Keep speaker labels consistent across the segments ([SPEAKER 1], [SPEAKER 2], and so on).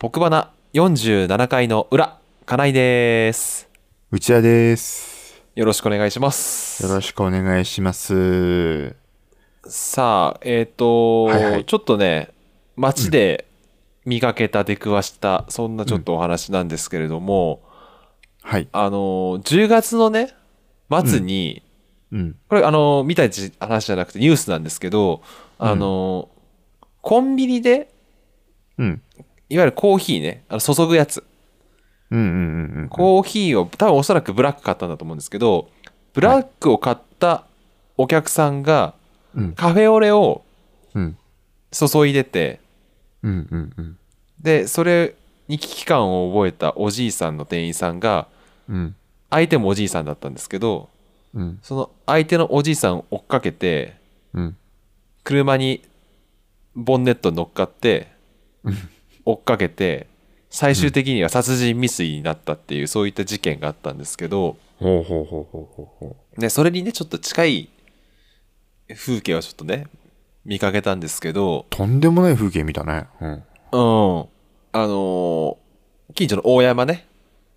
[SPEAKER 1] 僕バナ47回の裏、金井です。
[SPEAKER 2] 内田です。
[SPEAKER 1] よろしくお願いします。
[SPEAKER 2] よろしくお願いします。
[SPEAKER 1] さあ、えっ、と、
[SPEAKER 2] はいはい
[SPEAKER 1] ちょっとね、街で見かけた、出くわした、そんなちょっとお話なんですけれども、
[SPEAKER 2] はい。
[SPEAKER 1] あの、10月のね、末に、
[SPEAKER 2] うん。
[SPEAKER 1] これ、あの、見たじ話じゃなくてニュースなんですけど、あの、コンビニで、
[SPEAKER 2] うん。
[SPEAKER 1] いわゆるコーヒーね、あの注ぐやつ。
[SPEAKER 2] うんうんうんうん。
[SPEAKER 1] コーヒーを多分おそらくブラック買ったんだと思うんですけどブラックを買ったお客さんが
[SPEAKER 2] うん。
[SPEAKER 1] カフェオレを
[SPEAKER 2] うん。
[SPEAKER 1] 注いでて
[SPEAKER 2] うんうんうん。
[SPEAKER 1] でそれに危機感を覚えたおじいさんの店員さんが
[SPEAKER 2] うん。
[SPEAKER 1] 相手もおじいさんだったんですけど
[SPEAKER 2] うん。
[SPEAKER 1] その相手のおじいさんを追っかけて
[SPEAKER 2] うん。
[SPEAKER 1] 車にボンネットに乗っかって
[SPEAKER 2] うん
[SPEAKER 1] 追っかけて最終的には殺人未遂になったっていうそういった事件があったんですけど、
[SPEAKER 2] ほうほうほうほうほうほ
[SPEAKER 1] ね、それにね、ちょっと近い風景をちょっとね、見かけたんですけど、
[SPEAKER 2] う。とんでもない風景見たね。うん。
[SPEAKER 1] うん。あのー近所の大山ね、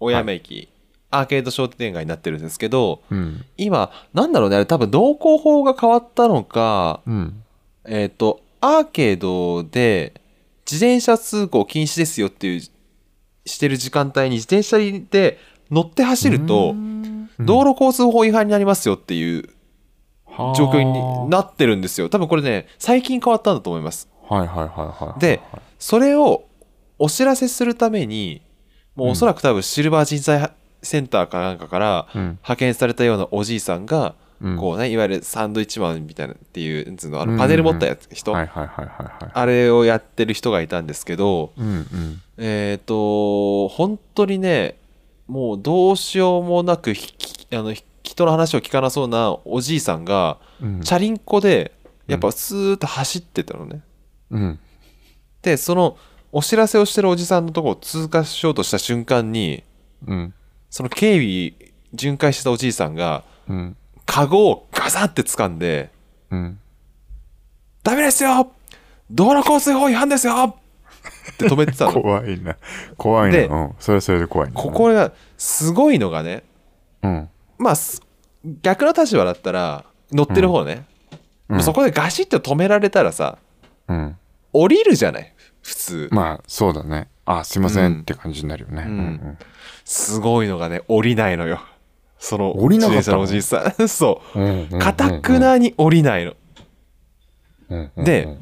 [SPEAKER 1] 大山駅、アーケード商店街になってるんですけど、
[SPEAKER 2] うん。
[SPEAKER 1] 今、なんだろうね、あれ多分動向法が変わったのか、
[SPEAKER 2] うん。
[SPEAKER 1] えっ、と、アーケードで自転車通行禁止ですよっていう、してる時間帯に自転車で乗って走ると、道
[SPEAKER 2] 路
[SPEAKER 1] 路交通法違反になりますよっていう状況に
[SPEAKER 2] な。
[SPEAKER 1] なってるんですよ。多分これね、最近変わったんだと思います。
[SPEAKER 2] はいはいはいはい。
[SPEAKER 1] で、それをお知らせするために、もうおそらく多分シルバー人材センターかなんかから
[SPEAKER 2] うん。
[SPEAKER 1] 派遣されたようなおじいさんが、
[SPEAKER 2] うん
[SPEAKER 1] こうね、いわゆるサンドイッチマンみたいなっていう、なんつうの、あ
[SPEAKER 2] う
[SPEAKER 1] の
[SPEAKER 2] ん
[SPEAKER 1] パネル持ったやつ、人、
[SPEAKER 2] はいはいはいはいは
[SPEAKER 1] あれをやってる人がいたんですけど、
[SPEAKER 2] い。うんうん。
[SPEAKER 1] えっ、と、本当にね、もうどうしようもなくひきあのひ人の話を聞かなそうなおじいさんが、
[SPEAKER 2] うん。
[SPEAKER 1] チャリンコでやっぱスーッと走ってたのね、
[SPEAKER 2] うん。
[SPEAKER 1] でそのお知らせをしてるおじさんのとこを通過しようとした瞬間に
[SPEAKER 2] うん。
[SPEAKER 1] その警備巡回してたおじいさんが
[SPEAKER 2] うん。
[SPEAKER 1] カゴをガサって掴んで
[SPEAKER 2] うん。
[SPEAKER 1] 「ダメですよ道路交通法違反ですよ!」って止めてたの
[SPEAKER 2] 怖いな。怖い
[SPEAKER 1] で
[SPEAKER 2] な。うん。それはそれで怖いな。
[SPEAKER 1] ここがすごいのがね
[SPEAKER 2] うん。
[SPEAKER 1] まあす逆の立場だったら乗ってる方ね、
[SPEAKER 2] うん。
[SPEAKER 1] そこでガシッと止められたらさ
[SPEAKER 2] うん。
[SPEAKER 1] 降りるじゃない普通、
[SPEAKER 2] まあ、そうだね。あ、すいませ
[SPEAKER 1] うん
[SPEAKER 2] んって感じになるよね。
[SPEAKER 1] うん
[SPEAKER 2] うん
[SPEAKER 1] すごいのがね、降りないのよ。その、
[SPEAKER 2] 降りなかったの
[SPEAKER 1] 自転車のおじいさん。 そ
[SPEAKER 2] うん
[SPEAKER 1] う。かたくなに降りないの。で、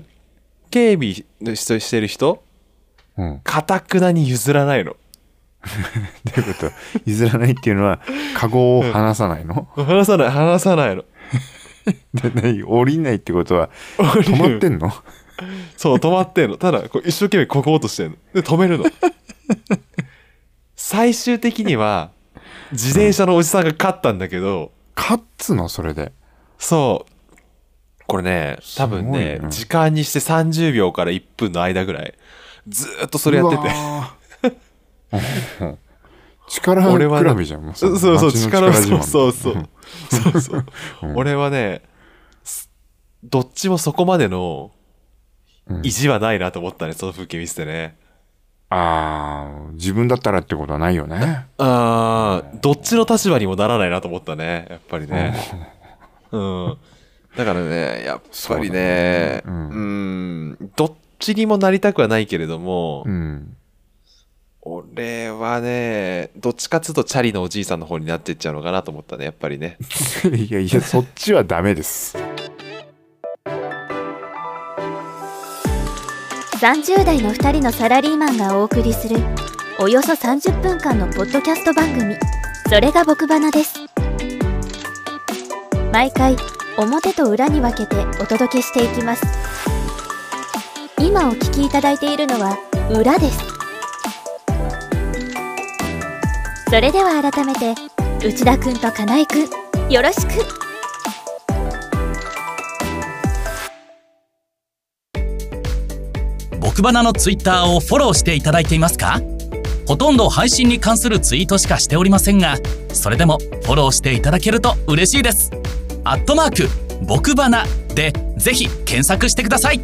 [SPEAKER 1] 警備の人してる人、
[SPEAKER 2] うんうんうんうん
[SPEAKER 1] かたくなに譲らないの。
[SPEAKER 2] どういうこと譲らないっていうのは、 カゴを離さないの、
[SPEAKER 1] 離さない、離さないの。
[SPEAKER 2] で何降りないってことは、止まってんの
[SPEAKER 1] そう、止まってんの。ただ、こう一生懸命ここうとしてんの。で、止めるの。 最終的には、自転車のおじさんが勝ったんだけど、
[SPEAKER 2] 勝つのそれで。
[SPEAKER 1] そう。これね、多分
[SPEAKER 2] すご
[SPEAKER 1] ね
[SPEAKER 2] い、な
[SPEAKER 1] 時間にして30秒から1分の間ぐらい、ずーっとそれやって
[SPEAKER 2] う
[SPEAKER 1] て。
[SPEAKER 2] わー。うん力
[SPEAKER 1] 俺はね
[SPEAKER 2] 比べじゃん。も
[SPEAKER 1] そう
[SPEAKER 2] の
[SPEAKER 1] そう、
[SPEAKER 2] 街の
[SPEAKER 1] 力
[SPEAKER 2] 自
[SPEAKER 1] そう
[SPEAKER 2] 慢
[SPEAKER 1] そうそう。そうそう。
[SPEAKER 2] うん
[SPEAKER 1] 俺はね、すどっちもそこまでの
[SPEAKER 2] うん
[SPEAKER 1] 意地はないなと思ったね、その風景見せてね。
[SPEAKER 2] ああ、自分だったらってことはないよね。
[SPEAKER 1] あーどっちの立場にもならないなと思ったね、やっぱりね。うん。だからね、やっぱりね、う、
[SPEAKER 2] そうだねうん
[SPEAKER 1] どっちにもなりたくはないけれども
[SPEAKER 2] う、ん。
[SPEAKER 1] 俺はね、どっちかっつうとチャリのおじいさんの方になってっちゃうのかなと思ったね、やっぱりね。
[SPEAKER 2] いやいや、そっちはダメです。
[SPEAKER 3] 30代の2人のサラリーマンがお送りするおよそ30分間のポッドキャスト番組それが僕バナです毎回表と裏に分けてお届けしていきます今お聞きいただいているのは裏ですそれでは改めて内田くんと金井くんよろしく
[SPEAKER 4] 僕バナのツイッターをフォローしていただいていますかほとんど配信に関するツイートしかしておりませんがそれでもフォローしていただけると嬉しいですアットマーク僕バナでぜひ検索してください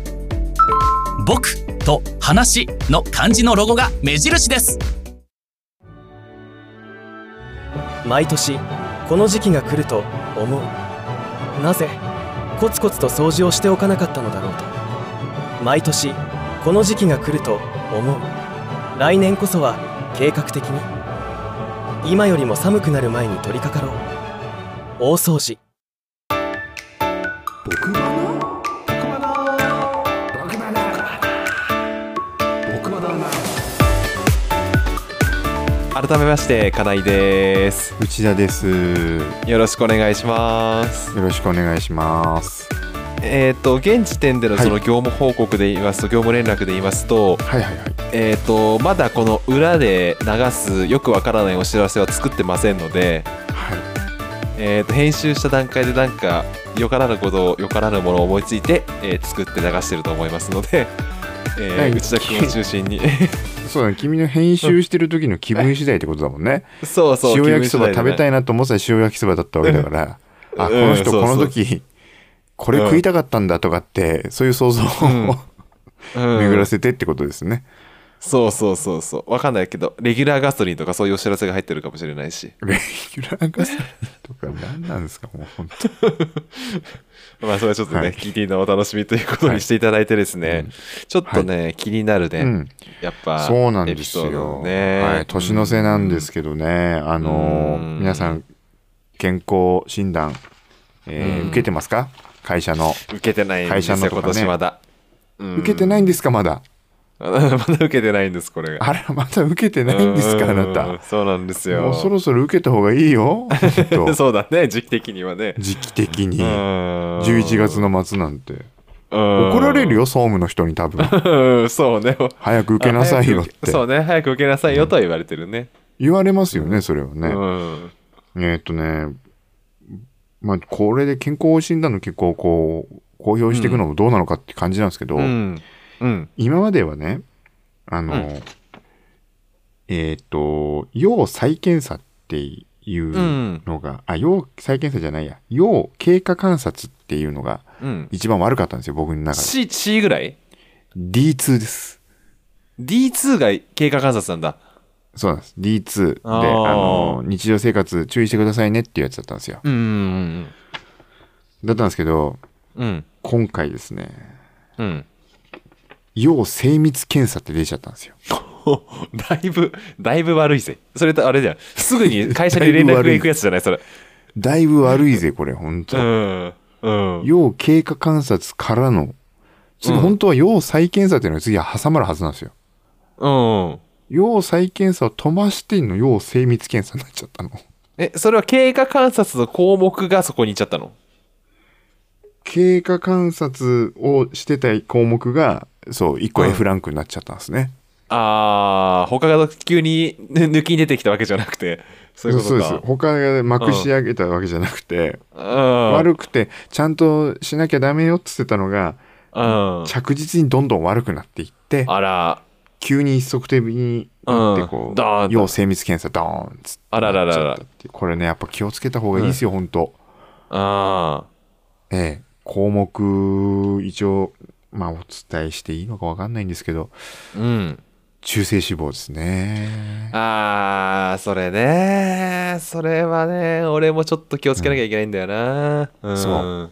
[SPEAKER 4] 僕と話の漢字のロゴが目印です
[SPEAKER 5] 毎年この時期が来ると思うなぜコツコツと掃除をしておかなかったのだろうと毎年この時期が来ると思う来年こそは計画的に今よりも寒くなる前に取り掛かろう大掃除
[SPEAKER 1] 改めまして金井です
[SPEAKER 2] 内田です。よ
[SPEAKER 1] よろしくお願いします
[SPEAKER 2] ろしくお願いします。
[SPEAKER 1] えっ、と現時点でのその業務報告で言いますと、業務連絡で言いますと
[SPEAKER 2] はいはいはい。
[SPEAKER 1] えっ、とまだこの裏で流すよくわからないお知らせは作ってませんので
[SPEAKER 2] はい。
[SPEAKER 1] えー、と編集した段階でなんかよからぬことをよからぬものを思いついて、えー作って流してると思いますので、えー
[SPEAKER 2] はい
[SPEAKER 1] 内田君を中心 に
[SPEAKER 2] そうだね。君の編集してる時の気分次第ってことだもんね。
[SPEAKER 1] そう そう
[SPEAKER 2] 塩焼きそば食べた
[SPEAKER 1] い
[SPEAKER 2] いなと思ってたら塩焼きそばだったわけだから、
[SPEAKER 1] ん
[SPEAKER 2] あ、こ
[SPEAKER 1] う
[SPEAKER 2] の
[SPEAKER 1] ん
[SPEAKER 2] 人
[SPEAKER 1] そう
[SPEAKER 2] こ
[SPEAKER 1] そう
[SPEAKER 2] の時、これ食いたかったんだとかって、そういう想像を
[SPEAKER 1] ん
[SPEAKER 2] 巡らせてってことですね。
[SPEAKER 1] そうそうそうそうわかんないけどレギュラーガソリンとかそういうお知らせが入ってるかもしれないし
[SPEAKER 2] レギュラーガソリンとか何なんですかもう本当
[SPEAKER 1] まあそれはちょっとね、
[SPEAKER 2] はい
[SPEAKER 1] 聞いていいのをお楽しみということにしていただいてですね、
[SPEAKER 2] はいうん
[SPEAKER 1] ちょっとね、気になるね、
[SPEAKER 2] うん
[SPEAKER 1] やっぱ
[SPEAKER 2] そうなん
[SPEAKER 1] エ
[SPEAKER 2] で
[SPEAKER 1] ピ
[SPEAKER 2] す
[SPEAKER 1] ソード
[SPEAKER 2] よ。
[SPEAKER 1] ね、
[SPEAKER 2] はい、年の瀬なんですけどね、あの
[SPEAKER 1] うん
[SPEAKER 2] 皆さん健康診断、えー
[SPEAKER 1] うん
[SPEAKER 2] 受けてますか会社の、
[SPEAKER 1] 受けてないんですよ、
[SPEAKER 2] 会社
[SPEAKER 1] 今
[SPEAKER 2] のとかね
[SPEAKER 1] 年まだ、うん
[SPEAKER 2] 受けてないんですかまだ
[SPEAKER 1] まだ受けてないんですこれが
[SPEAKER 2] あらまだ受けてないんですかあなた
[SPEAKER 1] うんそうなんですよ
[SPEAKER 2] もうそろそろ受けた方がいいよ本 当
[SPEAKER 1] そうだね時期的にはね
[SPEAKER 2] 時期的に11
[SPEAKER 1] 11
[SPEAKER 2] 月の末なんて怒
[SPEAKER 1] 怒
[SPEAKER 2] られるよ総務の人に多分
[SPEAKER 1] よそうね
[SPEAKER 2] 早く受けなさいよ
[SPEAKER 1] あ
[SPEAKER 2] っ
[SPEAKER 1] 早く受けそう
[SPEAKER 2] て
[SPEAKER 1] ね早く受けなさいよとは言われてるね
[SPEAKER 2] 言われますよねそれは
[SPEAKER 1] う
[SPEAKER 2] ね、
[SPEAKER 1] ん
[SPEAKER 2] えーっとね、まあ、これで健康診断の結果をこう、公表していくのもどうなのかって感じなんですけど、
[SPEAKER 1] うんうん
[SPEAKER 2] 今まではね、あの、
[SPEAKER 1] う
[SPEAKER 2] えーっと、要再検査っていうのが、あ、要再検査じゃないや、要経過観察っていうのが
[SPEAKER 1] うん
[SPEAKER 2] 一番悪かったんですよ、僕の中で。
[SPEAKER 1] C, C ぐらい
[SPEAKER 2] D2 です。
[SPEAKER 1] D2 が経過観察なんだ
[SPEAKER 2] そうなんです。D2 で、
[SPEAKER 1] あ
[SPEAKER 2] あ
[SPEAKER 1] ー
[SPEAKER 2] の、日常生活注意してくださいねっていうやつだったんですよ。
[SPEAKER 1] うんうん
[SPEAKER 2] だったんですけど、
[SPEAKER 1] うん
[SPEAKER 2] 今回ですね、
[SPEAKER 1] うん
[SPEAKER 2] 要精密検査って出ちゃったんですよ。
[SPEAKER 1] ほ だいぶだいぶ悪いぜそれとあれじゃんすぐに会社に連絡が行くやつじゃないそれ
[SPEAKER 2] だいぶ悪いぜ、これ、本
[SPEAKER 1] う
[SPEAKER 2] 当
[SPEAKER 1] んうん
[SPEAKER 2] 要経過観察からの、次、
[SPEAKER 1] うん
[SPEAKER 2] 本当は要再検査っていうのが次は挟まるはずなんですよ。
[SPEAKER 1] うん
[SPEAKER 2] 要再検査を飛ばしてんの要精密検査になっちゃったの。
[SPEAKER 1] えそれは経過観察の項目がそこに行っちゃったの
[SPEAKER 2] 経過観察をしてた項目が、そう、1個
[SPEAKER 1] うん
[SPEAKER 2] F ランクになっちゃったんですね。
[SPEAKER 1] ああ、他が急にぬ抜きに出てきたわけじゃなくて、そういうこ
[SPEAKER 2] そう
[SPEAKER 1] と
[SPEAKER 2] で
[SPEAKER 1] か。
[SPEAKER 2] す。他がまくし上げたわけじゃなくて、
[SPEAKER 1] うん。
[SPEAKER 2] 悪くて、ちゃんとしなきゃダメよって言ってたのが、
[SPEAKER 1] うん。
[SPEAKER 2] 着実にどんどん悪くなっていって、
[SPEAKER 1] あら、
[SPEAKER 2] 急に一足飛びになって
[SPEAKER 1] うん
[SPEAKER 2] こう、
[SPEAKER 1] ドーンと
[SPEAKER 2] 要精密検査ドーンっつって
[SPEAKER 1] あらららら
[SPEAKER 2] なっちゃったっていうこれねやっぱ気をつけた方がいいですよ、ほんと、
[SPEAKER 1] あ
[SPEAKER 2] 本当ええ項目一応まあお伝えしていいのかわかんないんですけど
[SPEAKER 1] ーうん。
[SPEAKER 2] 中性脂肪ですね
[SPEAKER 1] ああ、それね。それはね、俺もちょっと気をつけなきゃいけないんだよな。うん。
[SPEAKER 2] そう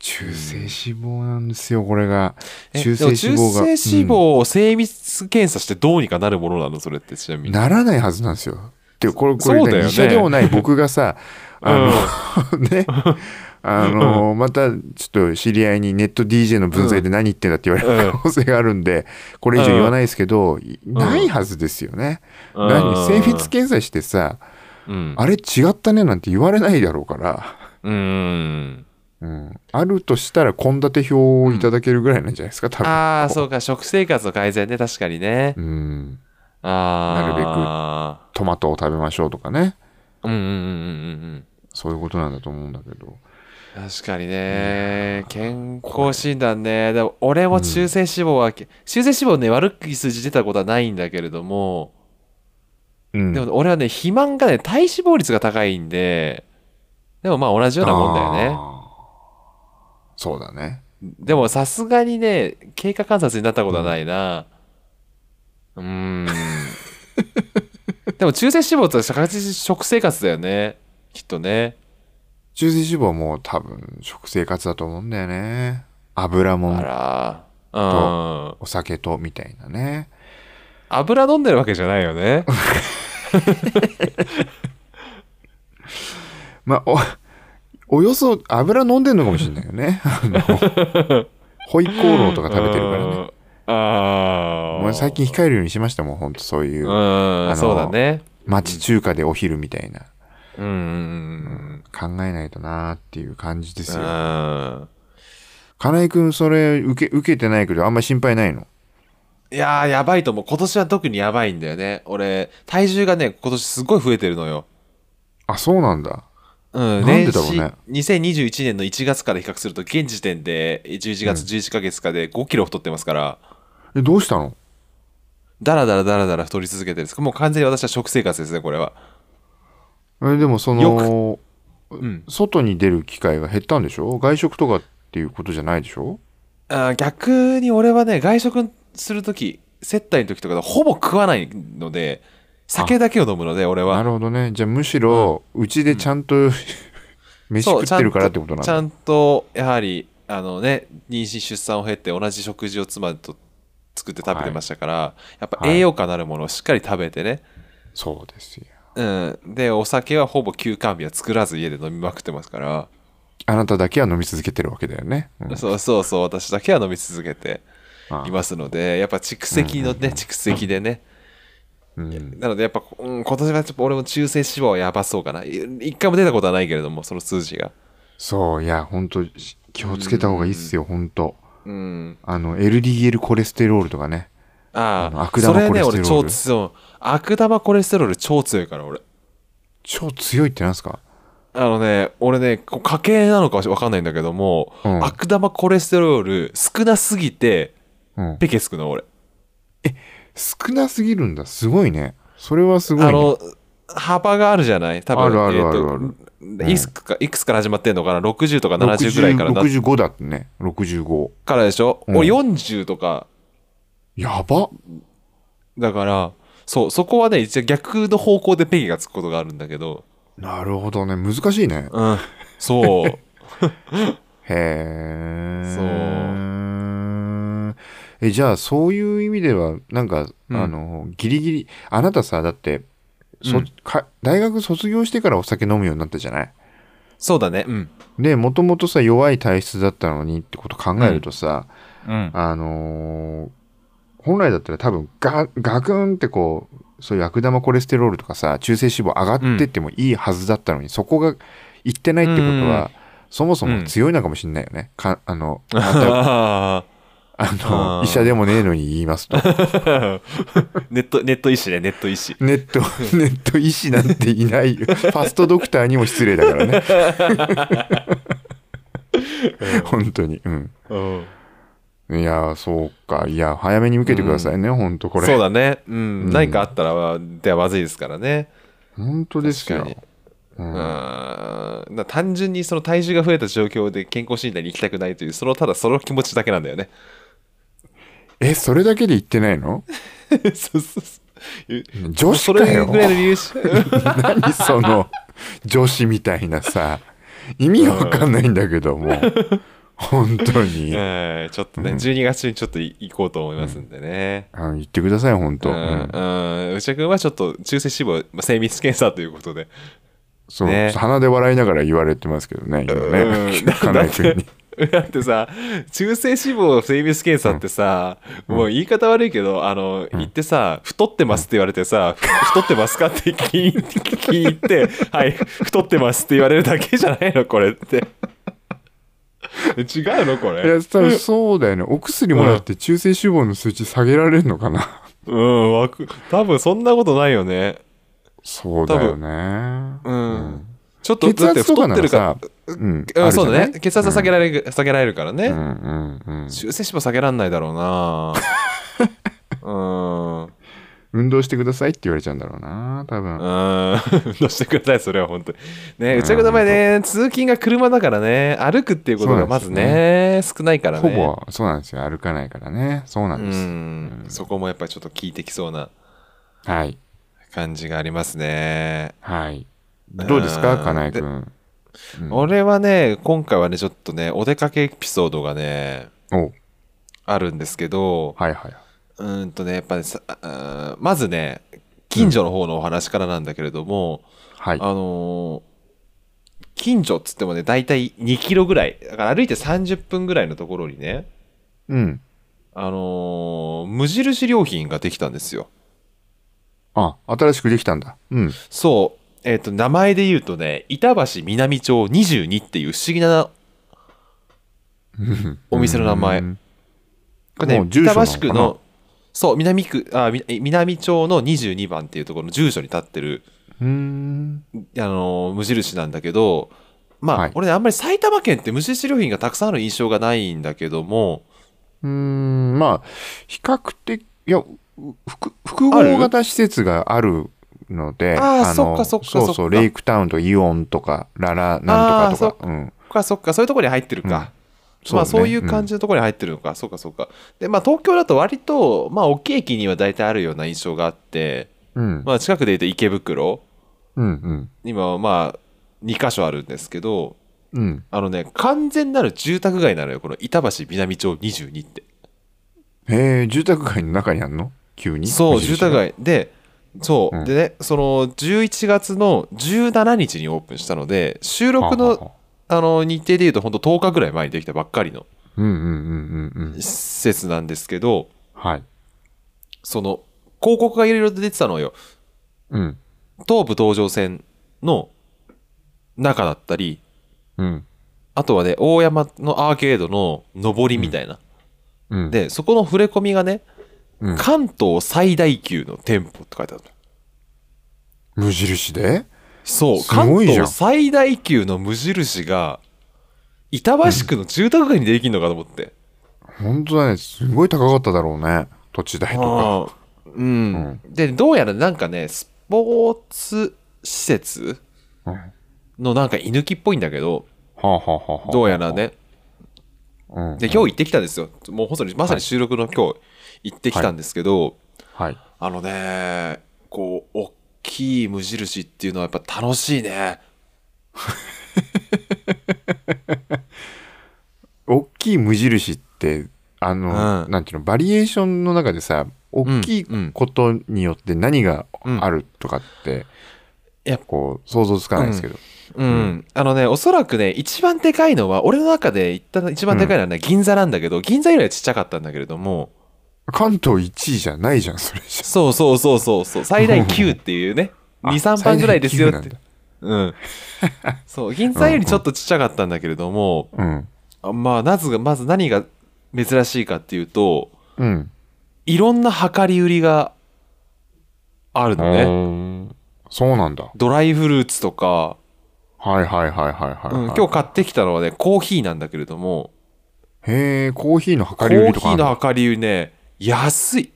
[SPEAKER 2] 中性脂肪なんですよこれが
[SPEAKER 1] え。
[SPEAKER 2] 中性
[SPEAKER 1] でも
[SPEAKER 2] 脂肪が
[SPEAKER 1] 中性脂肪を精密検査してどうにかなるものなのそれってちな
[SPEAKER 2] う
[SPEAKER 1] み
[SPEAKER 2] ん
[SPEAKER 1] に。
[SPEAKER 2] ならないはずなんですよでこれこ
[SPEAKER 1] そうだよ
[SPEAKER 2] れ、
[SPEAKER 1] ね
[SPEAKER 2] 医者でもない僕が さあの、 ねあのまたちょっと知り合いにネット DJ の分際で何言ってんだって言われる可能性があるんでこれ以上言わないですけど、いないはずですよね、
[SPEAKER 1] うん
[SPEAKER 2] 何精密検査してさ、
[SPEAKER 1] うん。
[SPEAKER 2] あれ違ったねなんて言われないだろうから、
[SPEAKER 1] うん。
[SPEAKER 2] うん、あるとしたら献立表をいただけるぐらいなんじゃないですか多分
[SPEAKER 1] ああ、そうか。食生活の改善ね。確かにね。
[SPEAKER 2] うん、
[SPEAKER 1] ああ。
[SPEAKER 2] なるべく
[SPEAKER 1] く。
[SPEAKER 2] トマトを食べましょうとかね
[SPEAKER 1] うんうんうんうんうん
[SPEAKER 2] そういうことなんだと思うんだけど
[SPEAKER 1] うん確かにね健康診断ねでも俺も中性脂肪は、中性脂肪ね悪い数字出たことはないんだけれども、
[SPEAKER 2] うん
[SPEAKER 1] でも俺はね肥満がね体脂肪率が高いんででもまあ同じようなもんだよね
[SPEAKER 2] あーそうだね。
[SPEAKER 1] でもさすがにね、経過観察になったことはないな。うーん。でも中性脂肪って確実に食生活だよね。きっとね。
[SPEAKER 2] 中性脂肪も多分食生活だと思うんだよね。油も
[SPEAKER 1] あ
[SPEAKER 2] ん、
[SPEAKER 1] ら。うん。
[SPEAKER 2] お酒とみたいなね。
[SPEAKER 1] 油飲んでるわけじゃないよね。
[SPEAKER 2] まあ、お、お よそ油飲んでんのかもしれないよね。 あの、ホイコーローとか 食べてるからね。
[SPEAKER 1] うん。ああ。
[SPEAKER 2] もう最近控えるようにしましたもん、ほんとそういうう。
[SPEAKER 1] ん、そうだね。
[SPEAKER 2] 町中華でお昼みたいな。
[SPEAKER 1] うんうん
[SPEAKER 2] 考えないとなーっていう感じで
[SPEAKER 1] うん
[SPEAKER 2] す
[SPEAKER 1] う
[SPEAKER 2] よ。
[SPEAKER 1] ん。うん。
[SPEAKER 2] 金井くん、それ受け、受けてないけど、あんま心配ないの。
[SPEAKER 1] いやー、やばいと思う。今年は特にやばいんだよね。俺、体重がね、今年すごい増えてるのよ。
[SPEAKER 2] あ、そうなんだ。
[SPEAKER 1] うん、
[SPEAKER 2] なん
[SPEAKER 1] 年
[SPEAKER 2] でだろう
[SPEAKER 1] 始
[SPEAKER 2] ね
[SPEAKER 1] 2021年の1月から比較すると、現時点で11月11ヶ月かで5キロ太ってますから、
[SPEAKER 2] え、どうしたの
[SPEAKER 1] だらだらだらだら太り続けてるんです。もう完全に私は食生活ですね、これは。
[SPEAKER 2] え、でもその
[SPEAKER 1] よ、うん。
[SPEAKER 2] 外に出る機会が減ったんでしょ外食とかっていうことじゃないでしょ
[SPEAKER 1] あー逆に俺はね、外食するとき、接待のときとかでほぼ食わないので、酒だけを飲むので、俺は。
[SPEAKER 2] なるほどね。じゃあむしろ、うちでちゃんと、飯
[SPEAKER 1] そ
[SPEAKER 2] 食
[SPEAKER 1] う
[SPEAKER 2] ってるからってことなん
[SPEAKER 1] ちゃ
[SPEAKER 2] だ。
[SPEAKER 1] んとちゃんとやはりあのね妊娠出産を経て同じ食事を妻と作って食べてましたから、やっぱ栄養価のあるものをしっかり食べてね、
[SPEAKER 2] そうですよ。
[SPEAKER 1] うん、でお酒はほぼ休館日は作らず家で飲みまくってますから、
[SPEAKER 2] あなただけは飲み続けてるわけだよね。うん
[SPEAKER 1] そうそうそう私だけは飲み続けて
[SPEAKER 2] あ
[SPEAKER 1] いますのでやっぱ蓄積のね蓄積でね
[SPEAKER 2] うん
[SPEAKER 1] なのでやっぱ、うん、今年はちょっと俺も中性脂肪はやばそうかない一回も出たことはないけれどもその数字が
[SPEAKER 2] そう、いや、本当気をつけた方がいいっすよ、本当
[SPEAKER 1] うん
[SPEAKER 2] あの、LDL コレステロールとかね。
[SPEAKER 1] あ
[SPEAKER 2] あの
[SPEAKER 1] あ
[SPEAKER 2] 悪
[SPEAKER 1] そ
[SPEAKER 2] 玉
[SPEAKER 1] れね
[SPEAKER 2] コレ
[SPEAKER 1] 俺
[SPEAKER 2] ステロー
[SPEAKER 1] 超
[SPEAKER 2] ル
[SPEAKER 1] 強い悪玉コレステロール超強いから俺
[SPEAKER 2] 超強いってなんすか
[SPEAKER 1] あのね、俺ね、こう家系なのかわかんないんだけども、
[SPEAKER 2] うん
[SPEAKER 1] 悪玉コレステロール少なすぎて、
[SPEAKER 2] うん。
[SPEAKER 1] ペケつくの、俺。
[SPEAKER 2] 少なすぎるんだ。すごいね。それはすごい、ね。
[SPEAKER 1] あの、幅があるじゃない多分、
[SPEAKER 2] あるあるあるある
[SPEAKER 1] えーといくつか、いくつから始まってんのかな ?60 とか70ぐらいからな
[SPEAKER 2] 60 65だってね。65。
[SPEAKER 1] からでしょ、
[SPEAKER 2] うん
[SPEAKER 1] 俺40とか、
[SPEAKER 2] やば
[SPEAKER 1] だから、そう、そこはね、一応逆の方向でペケがつくことがあるんだけど、
[SPEAKER 2] なるほどね。難しいね。
[SPEAKER 1] うん、 そう。
[SPEAKER 2] へえ。。
[SPEAKER 1] そう
[SPEAKER 2] え、じゃあ、そういう意味では、なんか、
[SPEAKER 1] うん
[SPEAKER 2] あの、ギリギリ、あなたさ、だって、そ
[SPEAKER 1] うん
[SPEAKER 2] か大学卒業してからお酒飲むようになったじゃない
[SPEAKER 1] そうだね、うん。
[SPEAKER 2] で、もともとさ、弱い体質だったのにってこと考えるとさ、
[SPEAKER 1] うん。
[SPEAKER 2] あのー本来だったら多分ガ、ガクンってこう、そういう悪玉コレステロールとかさ、中性脂肪上がってってもいいはずだったのに、そこがいってないってことは、そもそも強いのかもしれないよね。かあ の、あなた
[SPEAKER 1] あ
[SPEAKER 2] あの、
[SPEAKER 1] あー
[SPEAKER 2] 医者でもねえのに言 いますと。
[SPEAKER 1] ーネット、ネット医師ね、ネット医師。
[SPEAKER 2] ネット、ネット医師なんていないよ。ファストドクターにも失礼だからね。本当に。うん。
[SPEAKER 1] うん。
[SPEAKER 2] いやー、そうか。いや、早めに受けてくださいね。本当これ。
[SPEAKER 1] そうだね、うん
[SPEAKER 2] うん
[SPEAKER 1] 何かあったらではまずいですからね、
[SPEAKER 2] 本当ですよ
[SPEAKER 1] 確。
[SPEAKER 2] う
[SPEAKER 1] うんん、な単純にその体重が増えた状況で健康診断に行きたくないというそのただその気持ちだけなんだよね
[SPEAKER 2] え、それだけで言ってないの
[SPEAKER 1] そうそうそう
[SPEAKER 2] 女子
[SPEAKER 1] そ
[SPEAKER 2] か
[SPEAKER 1] れ
[SPEAKER 2] よ
[SPEAKER 1] ぐ。らいの理由 し
[SPEAKER 2] 何その、女子みたいなさ。意味がわかんないんだけ ども。本当に。
[SPEAKER 1] えーちょっとね、
[SPEAKER 2] うん
[SPEAKER 1] 12月中にちょっとい行こうと思いますんでね、
[SPEAKER 2] あの言ってください、本
[SPEAKER 1] う
[SPEAKER 2] 当。
[SPEAKER 1] ん
[SPEAKER 2] うん
[SPEAKER 1] うん、内田君はちょっと中性脂肪、まあ、精密検査ということで、
[SPEAKER 2] そう、
[SPEAKER 1] ね
[SPEAKER 2] 鼻で笑いながら言われてますけどね、今 ね、
[SPEAKER 1] うん
[SPEAKER 2] かなり君に。
[SPEAKER 1] だってさ中性脂肪性別検査ってさ、もう言い方悪いけどあの、言ってさ太ってますって言われてさ、ふ太ってますかって聞い聞いてはい太ってますって言われるだけじゃないのこれって違うのこ
[SPEAKER 2] いや、
[SPEAKER 1] れ
[SPEAKER 2] 多分そうだよね。お薬もらって中性脂肪の数値下げられるのかな。
[SPEAKER 1] うんわく多分そんなことないよね
[SPEAKER 2] そうだよね。
[SPEAKER 1] うん、ちょっと
[SPEAKER 2] 血
[SPEAKER 1] だって太
[SPEAKER 2] 圧とか
[SPEAKER 1] っ
[SPEAKER 2] な
[SPEAKER 1] て
[SPEAKER 2] ら
[SPEAKER 1] る
[SPEAKER 2] さ
[SPEAKER 1] か、
[SPEAKER 2] うん
[SPEAKER 1] ら、う
[SPEAKER 2] ある
[SPEAKER 1] ん、
[SPEAKER 2] じゃ
[SPEAKER 1] そう
[SPEAKER 2] な
[SPEAKER 1] だ
[SPEAKER 2] い
[SPEAKER 1] ね血圧は下げられる、下げられるからね、
[SPEAKER 2] うんうんうん
[SPEAKER 1] 中性脂肪下げらんないだろうなうん
[SPEAKER 2] 運動してくださいって言われちゃうんだろうな、多分。
[SPEAKER 1] うん、 運動してください、それは本当に。ね、うちの子の場合ね、通勤が車だからね、歩くっていうことがまず
[SPEAKER 2] そうなん
[SPEAKER 1] ね、少ないから
[SPEAKER 2] ほ
[SPEAKER 1] ね。
[SPEAKER 2] ぼ、そうなんですよ。歩かないからね。そうな
[SPEAKER 1] うん
[SPEAKER 2] です。
[SPEAKER 1] ん、そこもやっぱりちょっと効いてきそうな
[SPEAKER 2] はい。
[SPEAKER 1] 感じがありますね。
[SPEAKER 2] はい。どうですか、
[SPEAKER 1] うん
[SPEAKER 2] かなえくん。うん
[SPEAKER 1] 俺はね、今回はね、ちょっとね、お出かけエピソードがね、
[SPEAKER 2] お
[SPEAKER 1] あるんですけど、
[SPEAKER 2] はいはい。
[SPEAKER 1] うーんとね、やっぱりさ、あーまずね、近所の方のお話からなんだけれども、
[SPEAKER 2] はい。
[SPEAKER 1] あのー近所っつってもね、だいたい2キロぐらい、だから歩いて30分ぐらいのところにね、
[SPEAKER 2] うん。
[SPEAKER 1] あのー無印良品ができたんですよ。
[SPEAKER 2] あ、新しくできたんだ。うん。
[SPEAKER 1] そう、えっ、と、名前で言うとね、板橋南町22っていう不思議なお店の名前。
[SPEAKER 2] うん
[SPEAKER 1] これ
[SPEAKER 2] も
[SPEAKER 1] ね
[SPEAKER 2] う、住所
[SPEAKER 1] 板
[SPEAKER 2] なのかな
[SPEAKER 1] 橋区の、そう、南区、あ、み南町の22番っていうところの住所に立ってる、
[SPEAKER 2] うん。
[SPEAKER 1] あのー無印なんだけど、まあ、
[SPEAKER 2] はい
[SPEAKER 1] 俺ね、あんまり埼玉県って無印良品がたくさんある印象がないんだけども、
[SPEAKER 2] うん。まあ、比較的、いや、複複
[SPEAKER 1] ある
[SPEAKER 2] 合型施設があるので、
[SPEAKER 1] あー
[SPEAKER 2] の
[SPEAKER 1] そっかそっかそっか
[SPEAKER 2] そうそう、レイクタウンとかイオンとか、ララなんとか
[SPEAKER 1] あー
[SPEAKER 2] とか。うん。
[SPEAKER 1] そっかそっか、そういうところに入ってるか。
[SPEAKER 2] うん
[SPEAKER 1] まあ
[SPEAKER 2] そ
[SPEAKER 1] そ
[SPEAKER 2] う
[SPEAKER 1] う
[SPEAKER 2] ね
[SPEAKER 1] いう感じのところに入ってるのか、そうかそうか。で、まあ東京だと割と、まあ大きい駅には大体あるような印象があって、
[SPEAKER 2] うん。
[SPEAKER 1] まあ近くで言うと池袋
[SPEAKER 2] うん。
[SPEAKER 1] にもまあ2箇所あるんですけど、
[SPEAKER 2] うん。うん。
[SPEAKER 1] あのね、完全なる住宅街なのよ、この板橋南町22って。
[SPEAKER 2] へえ、住宅街の中にあんの急に
[SPEAKER 1] そう、
[SPEAKER 2] 無印
[SPEAKER 1] 住宅街。で、そう、
[SPEAKER 2] うん
[SPEAKER 1] でね、その11月の17日にオープンしたので、収録
[SPEAKER 2] はあはあ
[SPEAKER 1] の
[SPEAKER 2] はあ
[SPEAKER 1] あの日程で言うと、本当10日ぐらい前にできたばっかりの
[SPEAKER 2] うんうんうんうんうん
[SPEAKER 1] 施設なんですけど、
[SPEAKER 2] はい
[SPEAKER 1] その広告がいろいろ出てたのよ
[SPEAKER 2] うん
[SPEAKER 1] 東武東上線の中だったり
[SPEAKER 2] うん
[SPEAKER 1] あとはね大山のアーケードの上りみたいな、
[SPEAKER 2] うん
[SPEAKER 1] でそこの触れ込みがね、
[SPEAKER 2] うん
[SPEAKER 1] 関東最大級の店舗って書いてある
[SPEAKER 2] 無印で
[SPEAKER 1] そう
[SPEAKER 2] す
[SPEAKER 1] 関
[SPEAKER 2] ごいじゃん
[SPEAKER 1] 東最大級の無印が板橋区の住宅街にできんのかと思って、
[SPEAKER 2] 本当だねすごい高かっただろうね土地代とか
[SPEAKER 1] ああうん、でどうやらなんかねスポーツ施設
[SPEAKER 2] うんは
[SPEAKER 1] のなんか居抜きっぽいんだけど
[SPEAKER 2] あはあはあはあ
[SPEAKER 1] どうやらね
[SPEAKER 2] うん
[SPEAKER 1] で今日行ってきたんですよ、もう本当にまさに収録の今日行ってきたんですけど、
[SPEAKER 2] はい
[SPEAKER 1] あのね、こう、大きい無印っていうのはやっぱ楽しいね。
[SPEAKER 2] 大きい無印ってあ
[SPEAKER 1] う
[SPEAKER 2] の
[SPEAKER 1] ん
[SPEAKER 2] なんていうのバリエーションの中でさ大きいことによって何があるとかって
[SPEAKER 1] いや
[SPEAKER 2] こう想像つかないですけど
[SPEAKER 1] うん、あのね、おそらくね、一番でかいのは、俺の中で行った一番でかいのはね、銀座なんだけど、銀座よりはちっちゃかったんだけれども、
[SPEAKER 2] 関東1位じゃないじゃんそれじ
[SPEAKER 1] そうそうそうそうそう、最大9っていうね、
[SPEAKER 2] ゃ
[SPEAKER 1] 2、3倍ぐらいですよって。
[SPEAKER 2] う
[SPEAKER 1] うん。そう、銀座よりちょっとちっちゃかったんだけれども、
[SPEAKER 2] ん
[SPEAKER 1] あまあ、なずが、まず何が珍しいかっていうと、
[SPEAKER 2] うん
[SPEAKER 1] いろんな量り売りがあるのね。
[SPEAKER 2] ねそうなんだ
[SPEAKER 1] ドライフルーツとか、
[SPEAKER 2] はいはいはいはいはいはい、
[SPEAKER 1] うん今日買ってきたのはね、コーヒーなんだけれども、
[SPEAKER 2] へえ、コーヒーの
[SPEAKER 1] コ
[SPEAKER 2] 量り売
[SPEAKER 1] ー
[SPEAKER 2] りと
[SPEAKER 1] ヒ
[SPEAKER 2] かあ
[SPEAKER 1] ー
[SPEAKER 2] んの
[SPEAKER 1] の量り売りね、安い。
[SPEAKER 2] へ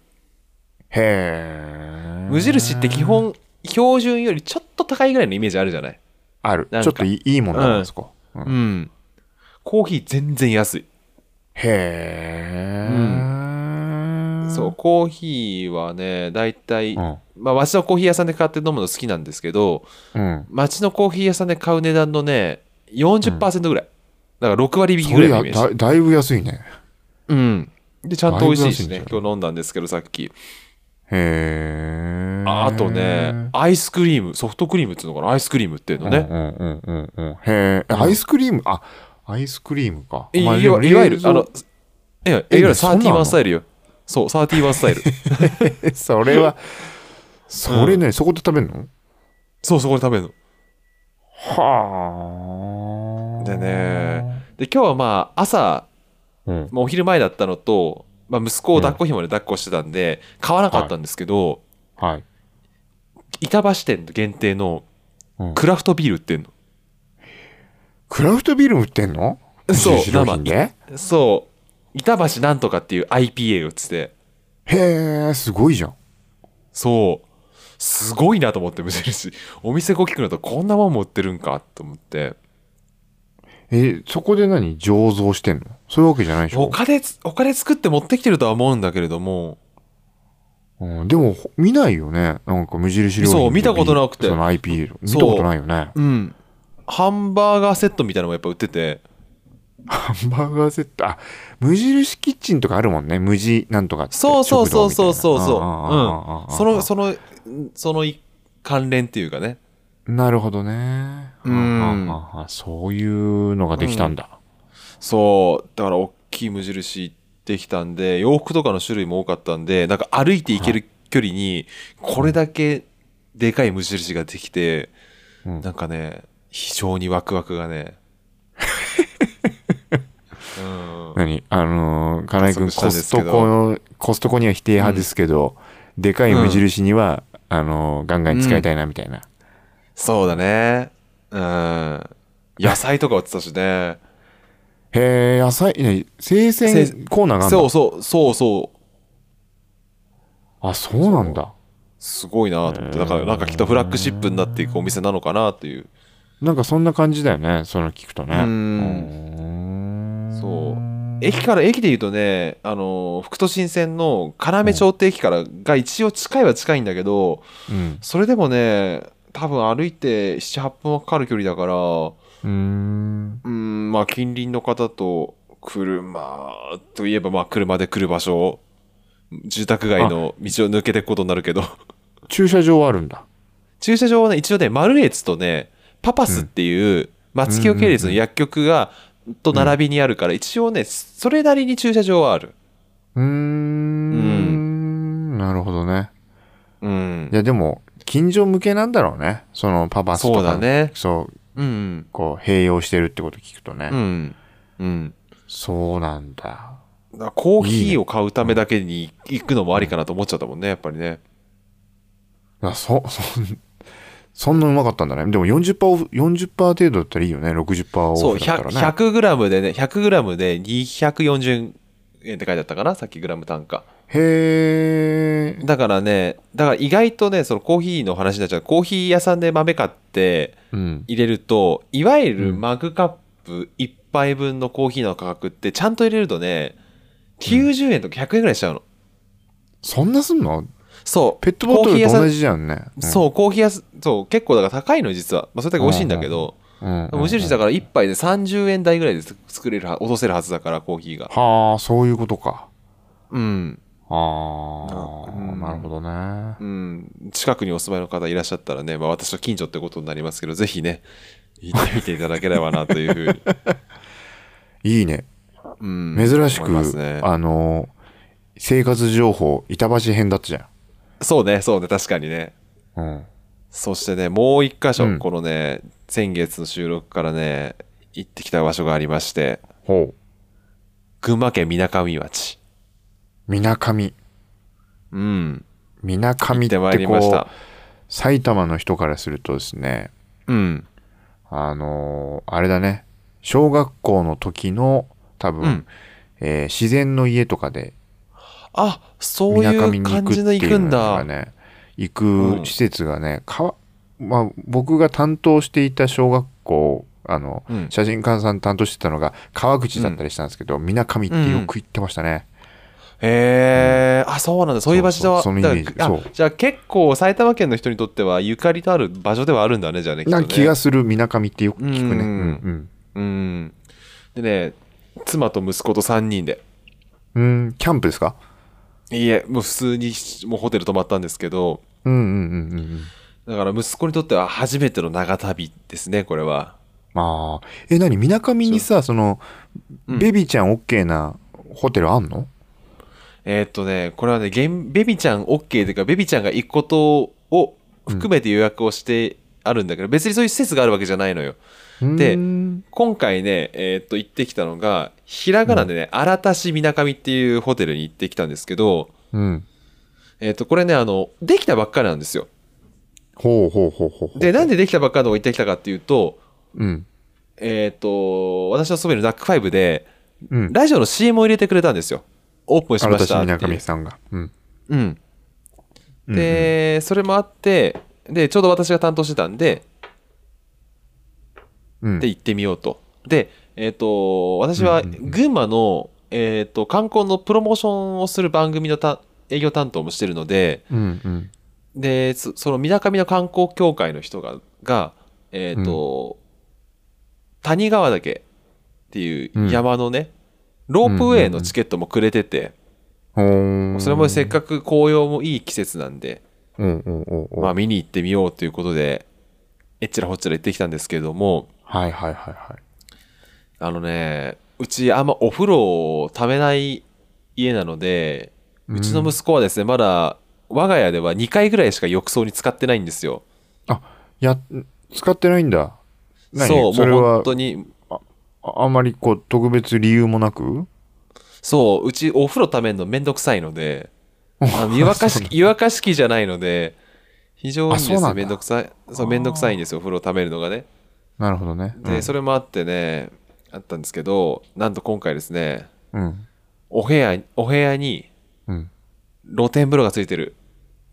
[SPEAKER 2] え。
[SPEAKER 1] 無印って基本、標準よりちょっと高いぐらいのイメージあるじゃない。
[SPEAKER 2] ある。ち
[SPEAKER 1] な
[SPEAKER 2] ょ
[SPEAKER 1] ん
[SPEAKER 2] っ
[SPEAKER 1] か
[SPEAKER 2] といいいいものなんですか。うん
[SPEAKER 1] うん。コーヒー全然安い。
[SPEAKER 2] へえ。
[SPEAKER 1] そう、。コーヒーはね、だいたい、
[SPEAKER 2] うん。
[SPEAKER 1] まあ、町のコーヒー屋さんで買って飲むの好きなんですけど、
[SPEAKER 2] うん。
[SPEAKER 1] 町のコーヒー屋さんで買う値段のね、40%ぐらい。だから6割引き
[SPEAKER 2] そ
[SPEAKER 1] ぐらい
[SPEAKER 2] れ
[SPEAKER 1] のイ
[SPEAKER 2] や
[SPEAKER 1] メージ
[SPEAKER 2] だだいぶ安いね。
[SPEAKER 1] うん。で、ちゃんと美味しいし
[SPEAKER 2] だい
[SPEAKER 1] ね
[SPEAKER 2] ぶ安いん。じ
[SPEAKER 1] 今
[SPEAKER 2] ゃな
[SPEAKER 1] 日飲んだんですけど、さっき。
[SPEAKER 2] へえ。
[SPEAKER 1] ああとね、アイスクリーム、ソフトクリームっていうのかなアイスクリームっていう
[SPEAKER 2] う
[SPEAKER 1] の
[SPEAKER 2] ん。
[SPEAKER 1] ね。
[SPEAKER 2] うんうんうんうん。へえ。アイスクリーム、あアイスクリームか。
[SPEAKER 1] い
[SPEAKER 2] お前
[SPEAKER 1] いわいわゆる、あ、
[SPEAKER 2] 冷
[SPEAKER 1] の
[SPEAKER 2] 蔵、
[SPEAKER 1] いや、いわゆる
[SPEAKER 2] そんなの
[SPEAKER 1] 31スタイルよ。そう、31スタイル。
[SPEAKER 2] え それは、それね、そこで食べるの
[SPEAKER 1] そう、そこで食べるの。
[SPEAKER 2] はあ。
[SPEAKER 1] でね、で、今日はまあ、朝、
[SPEAKER 2] うん。
[SPEAKER 1] まあお昼前だったのと、まあ、息子を抱っこ紐で抱っこしてたんで、買わなかったんですけど、
[SPEAKER 2] はい。
[SPEAKER 1] 板橋店限定の
[SPEAKER 2] うん
[SPEAKER 1] クラフトビール売ってんの。
[SPEAKER 2] クラフトビール売ってんの
[SPEAKER 1] そう
[SPEAKER 2] 無印良品で
[SPEAKER 1] そう、板橋なんとかっていう IPA を売ってて、
[SPEAKER 2] へえ、すごいじゃん。
[SPEAKER 1] そうすごいなと思って無印お店大きくなるとこんなもん持ってるんかと思って
[SPEAKER 2] え、そこで何醸造してんのそういうわけじゃないでし
[SPEAKER 1] お
[SPEAKER 2] ょ、
[SPEAKER 1] 金つお金作って持ってきてるとは思うんだけれども
[SPEAKER 2] うん、でも、ほ見ないよね。なんか無印良品の
[SPEAKER 1] そう見たことなくて
[SPEAKER 2] その IP、見
[SPEAKER 1] そう
[SPEAKER 2] たことないよね。
[SPEAKER 1] うんハンバーガーセットみたいなのもやっぱ売ってて
[SPEAKER 2] ハンバーガーセット、あ、無印キッチンとかあるもんね。無地なんとかって。
[SPEAKER 1] そうそうそうそうそう
[SPEAKER 2] 食
[SPEAKER 1] そう
[SPEAKER 2] 堂みたい
[SPEAKER 1] うんそ
[SPEAKER 2] な
[SPEAKER 1] の、
[SPEAKER 2] あああああ
[SPEAKER 1] そのその一関連っていうかね
[SPEAKER 2] あなるほどね。
[SPEAKER 1] うん
[SPEAKER 2] あああああそういうのができたんだ。
[SPEAKER 1] そうだから大きい無印行ってきたんで洋服とかの種類も多かったんでなんか歩いて行ける距離にこれだけでかい無印ができて、
[SPEAKER 2] うん
[SPEAKER 1] なんかね非常にワクワクがねうん
[SPEAKER 2] 何あのー、金井君、
[SPEAKER 1] 加速したんで
[SPEAKER 2] コス
[SPEAKER 1] すけ
[SPEAKER 2] ト
[SPEAKER 1] ど
[SPEAKER 2] コ、コストコには否定派ですけど、でかい無印には、あのー、ガンガン使いたいな、みたいな。
[SPEAKER 1] そうだねうん野菜とか売ってたしね
[SPEAKER 2] へえ、野菜、ね、生
[SPEAKER 1] 生
[SPEAKER 2] 鮮コーナーがある
[SPEAKER 1] そ
[SPEAKER 2] ん
[SPEAKER 1] う
[SPEAKER 2] だ。
[SPEAKER 1] そうそうそう
[SPEAKER 2] あ、そうなんだ。
[SPEAKER 1] すごいなと思ってだからなんかきっとフラッグシップになっていくお店なのかなっていう
[SPEAKER 2] なんかそんな感じだよね、その聞くとね。
[SPEAKER 1] うん
[SPEAKER 2] うーん
[SPEAKER 1] そう駅から駅で言うとねあの副都心線の要町って駅からが一応近いは近いんだけど
[SPEAKER 2] うん。
[SPEAKER 1] それでもね多分歩いて78分はかかる距離だから
[SPEAKER 2] うーん。
[SPEAKER 1] うんまあ近隣の方と車といえばまあ車で来る場所住宅街の道を抜けていくことになるけど
[SPEAKER 2] 駐車場はあるんだ。
[SPEAKER 1] 駐車場はね一応ねマルエツとねパパスっていう松清系列の薬局がと並びにあるから一応ねそれなりに駐車場はある。
[SPEAKER 2] うーん。なるほどね。
[SPEAKER 1] うん
[SPEAKER 2] いや、でも、近所向けなんだろうね。そのパパスとか。
[SPEAKER 1] そうだね
[SPEAKER 2] そう、
[SPEAKER 1] うん
[SPEAKER 2] こう、併用してるってこと聞くとね。
[SPEAKER 1] うんうん
[SPEAKER 2] そうなんだ。
[SPEAKER 1] だからコーヒーを買うためだけに行くのもありかなと思っちゃったもんねやっぱりね
[SPEAKER 2] あそ、 そん、そんなうまかったんだね。でも40%オフ、40%程度だったらいいよね。60%オ
[SPEAKER 1] そう
[SPEAKER 2] フだったらね。
[SPEAKER 1] 100グラムでね100グラムで240円って書いてあったかなさっきグラム単価
[SPEAKER 2] へー。
[SPEAKER 1] だからねだから意外とねそのコーヒーの話になっちゃうコーヒー屋さんで豆買って
[SPEAKER 2] うん。
[SPEAKER 1] 入れるといわゆるマグカップ1杯分のコーヒーの価格ってちゃんと入れるとね90円とか100円ぐらいしちゃうの、
[SPEAKER 2] そんなすんの
[SPEAKER 1] そう
[SPEAKER 2] ペットボト
[SPEAKER 1] コーヒー
[SPEAKER 2] ル
[SPEAKER 1] 屋
[SPEAKER 2] と
[SPEAKER 1] さん
[SPEAKER 2] 同じじゃんね。
[SPEAKER 1] そう、コーヒー屋す、そう、結構だから高いの実は。まあ、それだけ美味しいんだけど、
[SPEAKER 2] うん。うん。
[SPEAKER 1] 無印だから1杯で30円台ぐらいで作れるは、落とせるはずだから、コーヒーが。
[SPEAKER 2] はあ、そういうことか。
[SPEAKER 1] うん。
[SPEAKER 2] ああ、
[SPEAKER 1] うん
[SPEAKER 2] なるほどね。
[SPEAKER 1] うん。近くにお住まいの方いらっしゃったらね、まあ私は近所ってことになりますけど、ぜひね、行ってみていただければなというふう に。
[SPEAKER 2] いいね。
[SPEAKER 1] うん。
[SPEAKER 2] 珍しく、
[SPEAKER 1] 思いますね、
[SPEAKER 2] あの、生活情報、板橋編だったじゃ
[SPEAKER 1] そうね、そうね、確かにね。
[SPEAKER 2] ん。うん。
[SPEAKER 1] そしてね、もう一箇所、
[SPEAKER 2] うん
[SPEAKER 1] このね、先月の収録からね、行ってきた場所がありまして、
[SPEAKER 2] ほう。
[SPEAKER 1] 群馬県みなかみ町。
[SPEAKER 2] みなかみ。
[SPEAKER 1] うん。
[SPEAKER 2] みなかみっ
[SPEAKER 1] 行って
[SPEAKER 2] てこ
[SPEAKER 1] まいりました
[SPEAKER 2] う、。埼玉の人からするとですね、
[SPEAKER 1] うん。
[SPEAKER 2] あのーあれだね、小学校の時の多分、
[SPEAKER 1] うん
[SPEAKER 2] えー自然の家とかで、
[SPEAKER 1] あそう
[SPEAKER 2] みないかみ
[SPEAKER 1] う
[SPEAKER 2] に行
[SPEAKER 1] 感
[SPEAKER 2] く
[SPEAKER 1] じ
[SPEAKER 2] って
[SPEAKER 1] の
[SPEAKER 2] い
[SPEAKER 1] 行く
[SPEAKER 2] うんのが
[SPEAKER 1] だ。
[SPEAKER 2] ね、行く施設がね、かわまあ、僕が担当していた小学校、あの、
[SPEAKER 1] うん
[SPEAKER 2] 写真館さん担当してたのが川口だったりしたんですけど、みなかみってよく行ってましたね。
[SPEAKER 1] へえ、あそうなんだそういう場所は
[SPEAKER 2] そうそうそのイメージ
[SPEAKER 1] だからあ
[SPEAKER 2] そう
[SPEAKER 1] じゃあ結構埼玉県の人にとってはゆかりとある場所ではあるんだねじゃあねきっと
[SPEAKER 2] なん
[SPEAKER 1] ね
[SPEAKER 2] か気がするみなかみってよく聞くね。
[SPEAKER 1] うん
[SPEAKER 2] うん
[SPEAKER 1] うんでね妻と息子と3人で
[SPEAKER 2] うんうんキャンプですか
[SPEAKER 1] いいえもう普通にもうホテル泊まったんですけど
[SPEAKER 2] うんうんうんうんうん。
[SPEAKER 1] だから息子にとっては初めての長旅ですねこれは
[SPEAKER 2] ああ。え、なにみなかみにさ、その、
[SPEAKER 1] うん
[SPEAKER 2] ベビーちゃん OK なホテルあんの
[SPEAKER 1] えーっとねこれはねげんベビちゃん OK というかベビちゃんが行くことを含めて予約をしてあるんだけど、別にそういう施設があるわけじゃないのよで
[SPEAKER 2] うーん
[SPEAKER 1] 今回ね、えーっと行ってきたのがひらがなでね、新田市みなかみっていうホテルに行ってきたんですけど、
[SPEAKER 2] うん。
[SPEAKER 1] えーっとこれねあのできたばっかりなんですよ
[SPEAKER 2] ほうほうほうほうほう。
[SPEAKER 1] でなんでできたばっかりのとこ行ってきたかっていうと
[SPEAKER 2] うん。
[SPEAKER 1] えーっと私の勤めるナックファイブで
[SPEAKER 2] うん。
[SPEAKER 1] ラジオの CM を入れてくれたんですよオープンしました
[SPEAKER 2] 新
[SPEAKER 1] っていう
[SPEAKER 2] 田市みなかみさんが。うん。
[SPEAKER 1] うんで、それもあってでちょうど私が担当してたんで
[SPEAKER 2] うん
[SPEAKER 1] で行ってみようと。で、えっ、と、私は
[SPEAKER 2] うんうんうん
[SPEAKER 1] 群馬の、えっ、と、観光のプロモーションをする番組のた営業担当もしてるので、
[SPEAKER 2] うんうん
[SPEAKER 1] で、そそのみなかみの観光協会の人が、がえっ、と、谷川岳っていう山のね、ロープウェイのチケットもくれてて、
[SPEAKER 2] ほーん
[SPEAKER 1] それもせっかく紅葉もいい季節なんで、
[SPEAKER 2] うんうんうんうん
[SPEAKER 1] まあ見に行ってみようということで、えっちらほっちら行ってきたんですけれども、
[SPEAKER 2] はいはいはいはい
[SPEAKER 1] あのね、うちあんまお風呂をためない家なので、うちの息子はですね、まだ我が家では2回ぐらいしか浴槽に使ってないんですよ。
[SPEAKER 2] あや使ってないんだ何
[SPEAKER 1] そう、
[SPEAKER 2] それ
[SPEAKER 1] もう
[SPEAKER 2] は
[SPEAKER 1] 本当に。
[SPEAKER 2] ああんまりこう特別理由もなく
[SPEAKER 1] そう、うちお風呂ためるのめんどくさいの で、あの湯沸かし、湯沸かし器じゃないので、非常にです
[SPEAKER 2] あそうな
[SPEAKER 1] ね、め
[SPEAKER 2] んだ
[SPEAKER 1] んどくさい。そう、めんどくさいんですよ、お風呂ためるのがね。
[SPEAKER 2] なるほどね
[SPEAKER 1] で、それもあってね、あったんですけど、なんと今回ですね、
[SPEAKER 2] うんうん
[SPEAKER 1] お部屋、お部屋に
[SPEAKER 2] うん
[SPEAKER 1] 露天風呂がついてる。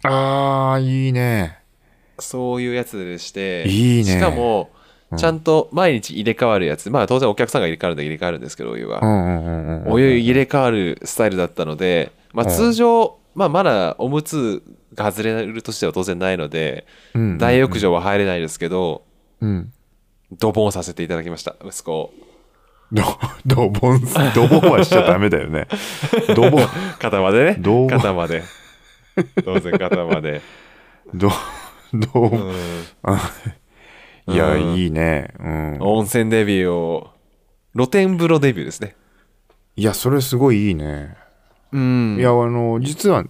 [SPEAKER 2] ああいいね
[SPEAKER 1] そういうやつでして、
[SPEAKER 2] いいね
[SPEAKER 1] しかも
[SPEAKER 2] うん、
[SPEAKER 1] ちゃんと毎日入れ替わるやつ、まあ当然お客さんが入れ替わるんで入れ替わるんですけど、お湯
[SPEAKER 2] う
[SPEAKER 1] は。
[SPEAKER 2] んうんうんうん
[SPEAKER 1] お湯入れ替わるスタイルだったので、まあ
[SPEAKER 2] うん
[SPEAKER 1] 通常、まあまだおむつが外れるとしては当然ないので、
[SPEAKER 2] うんうんうん
[SPEAKER 1] 大浴場は入れないですけど、
[SPEAKER 2] うん
[SPEAKER 1] ドボンさせていただきました、息子を。
[SPEAKER 2] ど、 ドボン、ドボンはしちゃダメだよ ね。ドボン、
[SPEAKER 1] 肩までね
[SPEAKER 2] ドボン。
[SPEAKER 1] 肩まで。当然肩ま で。
[SPEAKER 2] ド、ドボ
[SPEAKER 1] う
[SPEAKER 2] ン。
[SPEAKER 1] ん
[SPEAKER 2] いや、
[SPEAKER 1] うん
[SPEAKER 2] いいね。うん。
[SPEAKER 1] 温泉デビューを、露天風呂デビューですね。
[SPEAKER 2] いや、それすごいいいね。
[SPEAKER 1] うん
[SPEAKER 2] いや、あの、実は、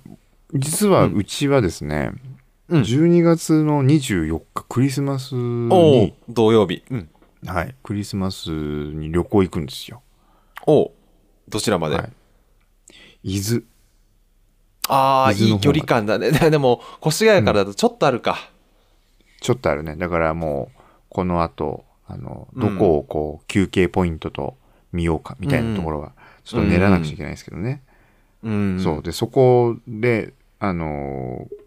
[SPEAKER 2] 実はうちはです
[SPEAKER 1] う
[SPEAKER 2] ね、
[SPEAKER 1] ん
[SPEAKER 2] 12月の24日、クリスマス
[SPEAKER 1] おう
[SPEAKER 2] に、
[SPEAKER 1] 土曜日。うん。
[SPEAKER 2] はい、クリスマスに旅行行くんですよ。
[SPEAKER 1] おうどちらまで、
[SPEAKER 2] はい伊豆。
[SPEAKER 1] ああ、
[SPEAKER 2] 伊豆
[SPEAKER 1] い
[SPEAKER 2] の
[SPEAKER 1] い
[SPEAKER 2] 方ま
[SPEAKER 1] 距
[SPEAKER 2] で
[SPEAKER 1] 離感だね。 でも、越谷からだとちょっとあるか。
[SPEAKER 2] ちょっとあるね。だからもう、この後、あの、どこをこう、休憩ポイントと見ようか、みたいなところは、ちょっと練らなくちゃいけないですけどね。
[SPEAKER 1] うん
[SPEAKER 2] そう。で、そこで、あのー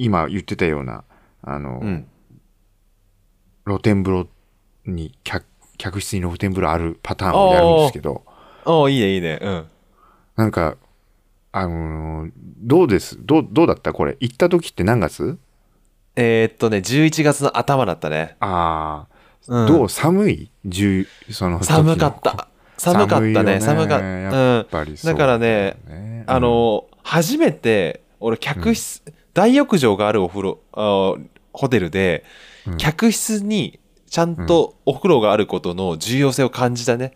[SPEAKER 2] 今言ってたような、あのー
[SPEAKER 1] うん。
[SPEAKER 2] 露天風呂に、客、客室に露天風呂あるパターンをやるんですけど、
[SPEAKER 1] おういいね、いいね。うん。
[SPEAKER 2] なんか、あのーどうですどう、どうだったこれ。行った時って何月
[SPEAKER 1] えーっとね、11月の頭だったね。
[SPEAKER 2] ああ、
[SPEAKER 1] うん
[SPEAKER 2] どう寒い十その時の
[SPEAKER 1] 寒かった。寒かったね、寒かった。
[SPEAKER 2] やっぱりそう
[SPEAKER 1] だからね
[SPEAKER 2] ね
[SPEAKER 1] うん。あ、の、初めて、俺、客室、大浴場があるお風呂、あーホテルで、
[SPEAKER 2] うん
[SPEAKER 1] 客室にちゃんとお風呂があることの重要性を感じたね。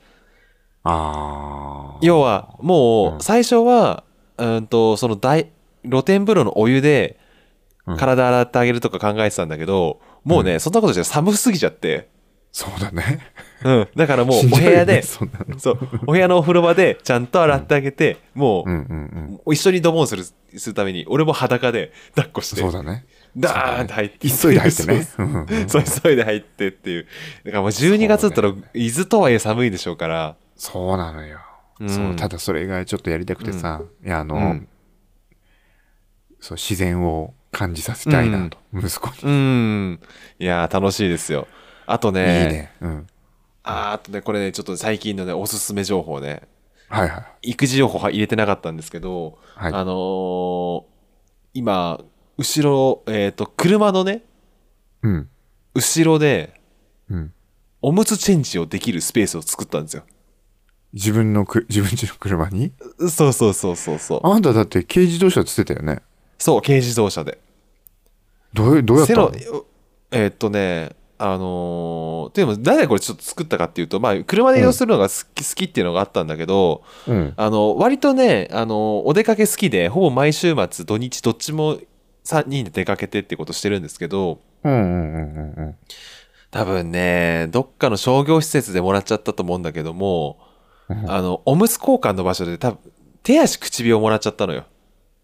[SPEAKER 2] ああ。
[SPEAKER 1] 要はも
[SPEAKER 2] うん
[SPEAKER 1] う最初は、うん、とその大露天風呂のお湯で
[SPEAKER 2] うん
[SPEAKER 1] 体洗ってあげるとか考えてたんだけど、もうねそんなことして寒すぎちゃって、
[SPEAKER 2] そうだね。
[SPEAKER 1] うん、だからもう
[SPEAKER 2] しん
[SPEAKER 1] お
[SPEAKER 2] どい
[SPEAKER 1] 部
[SPEAKER 2] よね
[SPEAKER 1] 屋で、
[SPEAKER 2] そんなの
[SPEAKER 1] そうお部屋のお風呂場でちゃんと洗ってあげて、も
[SPEAKER 2] うんうんうん。
[SPEAKER 1] う一緒にドボンするするために俺も裸で抱っこして
[SPEAKER 2] そうだね。
[SPEAKER 1] ダーンって入って。
[SPEAKER 2] 急いで入ってね
[SPEAKER 1] そうそう急いで入ってっていうだからもう12月だったら伊豆とはいえ寒いでしょうから
[SPEAKER 2] そうなのよ。
[SPEAKER 1] うん
[SPEAKER 2] そうただそれがちょっとやりたくてさ、いやあの、
[SPEAKER 1] うん
[SPEAKER 2] そう自然を感じさせたいなと、息子
[SPEAKER 1] う
[SPEAKER 2] に。
[SPEAKER 1] んいやー楽しいですよあと
[SPEAKER 2] いい
[SPEAKER 1] ね
[SPEAKER 2] ね。うん。
[SPEAKER 1] あーあとね、これね、ちょっと最近のね、おすすめ情報ね、
[SPEAKER 2] はいはい。
[SPEAKER 1] 育児情報は入れてなかったんですけど、
[SPEAKER 2] はい
[SPEAKER 1] あのー今、後ろ、えっ、と、車のね、
[SPEAKER 2] うん。
[SPEAKER 1] 後ろで、
[SPEAKER 2] うん。
[SPEAKER 1] おむつチェンジをできるスペースを作ったんですよ。
[SPEAKER 2] 自分のく、自 分家の車に
[SPEAKER 1] そうそうそうそうそう。
[SPEAKER 2] あんただって軽自動車って言ってたよね。
[SPEAKER 1] そう、軽自動車で。
[SPEAKER 2] どうどうやった
[SPEAKER 1] セ
[SPEAKER 2] の
[SPEAKER 1] ロ、えっ、とね、あのー、でも、なぜこれちょっと作ったかっていうと、まあ、車で移動するのが好き,、好きっていうのがあったんだけど、
[SPEAKER 2] うん。
[SPEAKER 1] あの割とねあのお出かけ好きでほぼ毎週末土日どっちも3人で出かけてってことしてるんですけど
[SPEAKER 2] うんうんうんうんうん。
[SPEAKER 1] 多分ねどっかの商業施設でもらっちゃったと思うんだけども
[SPEAKER 2] うん
[SPEAKER 1] あのおむつ交換の場所で多分手足口火をもらっちゃったのよ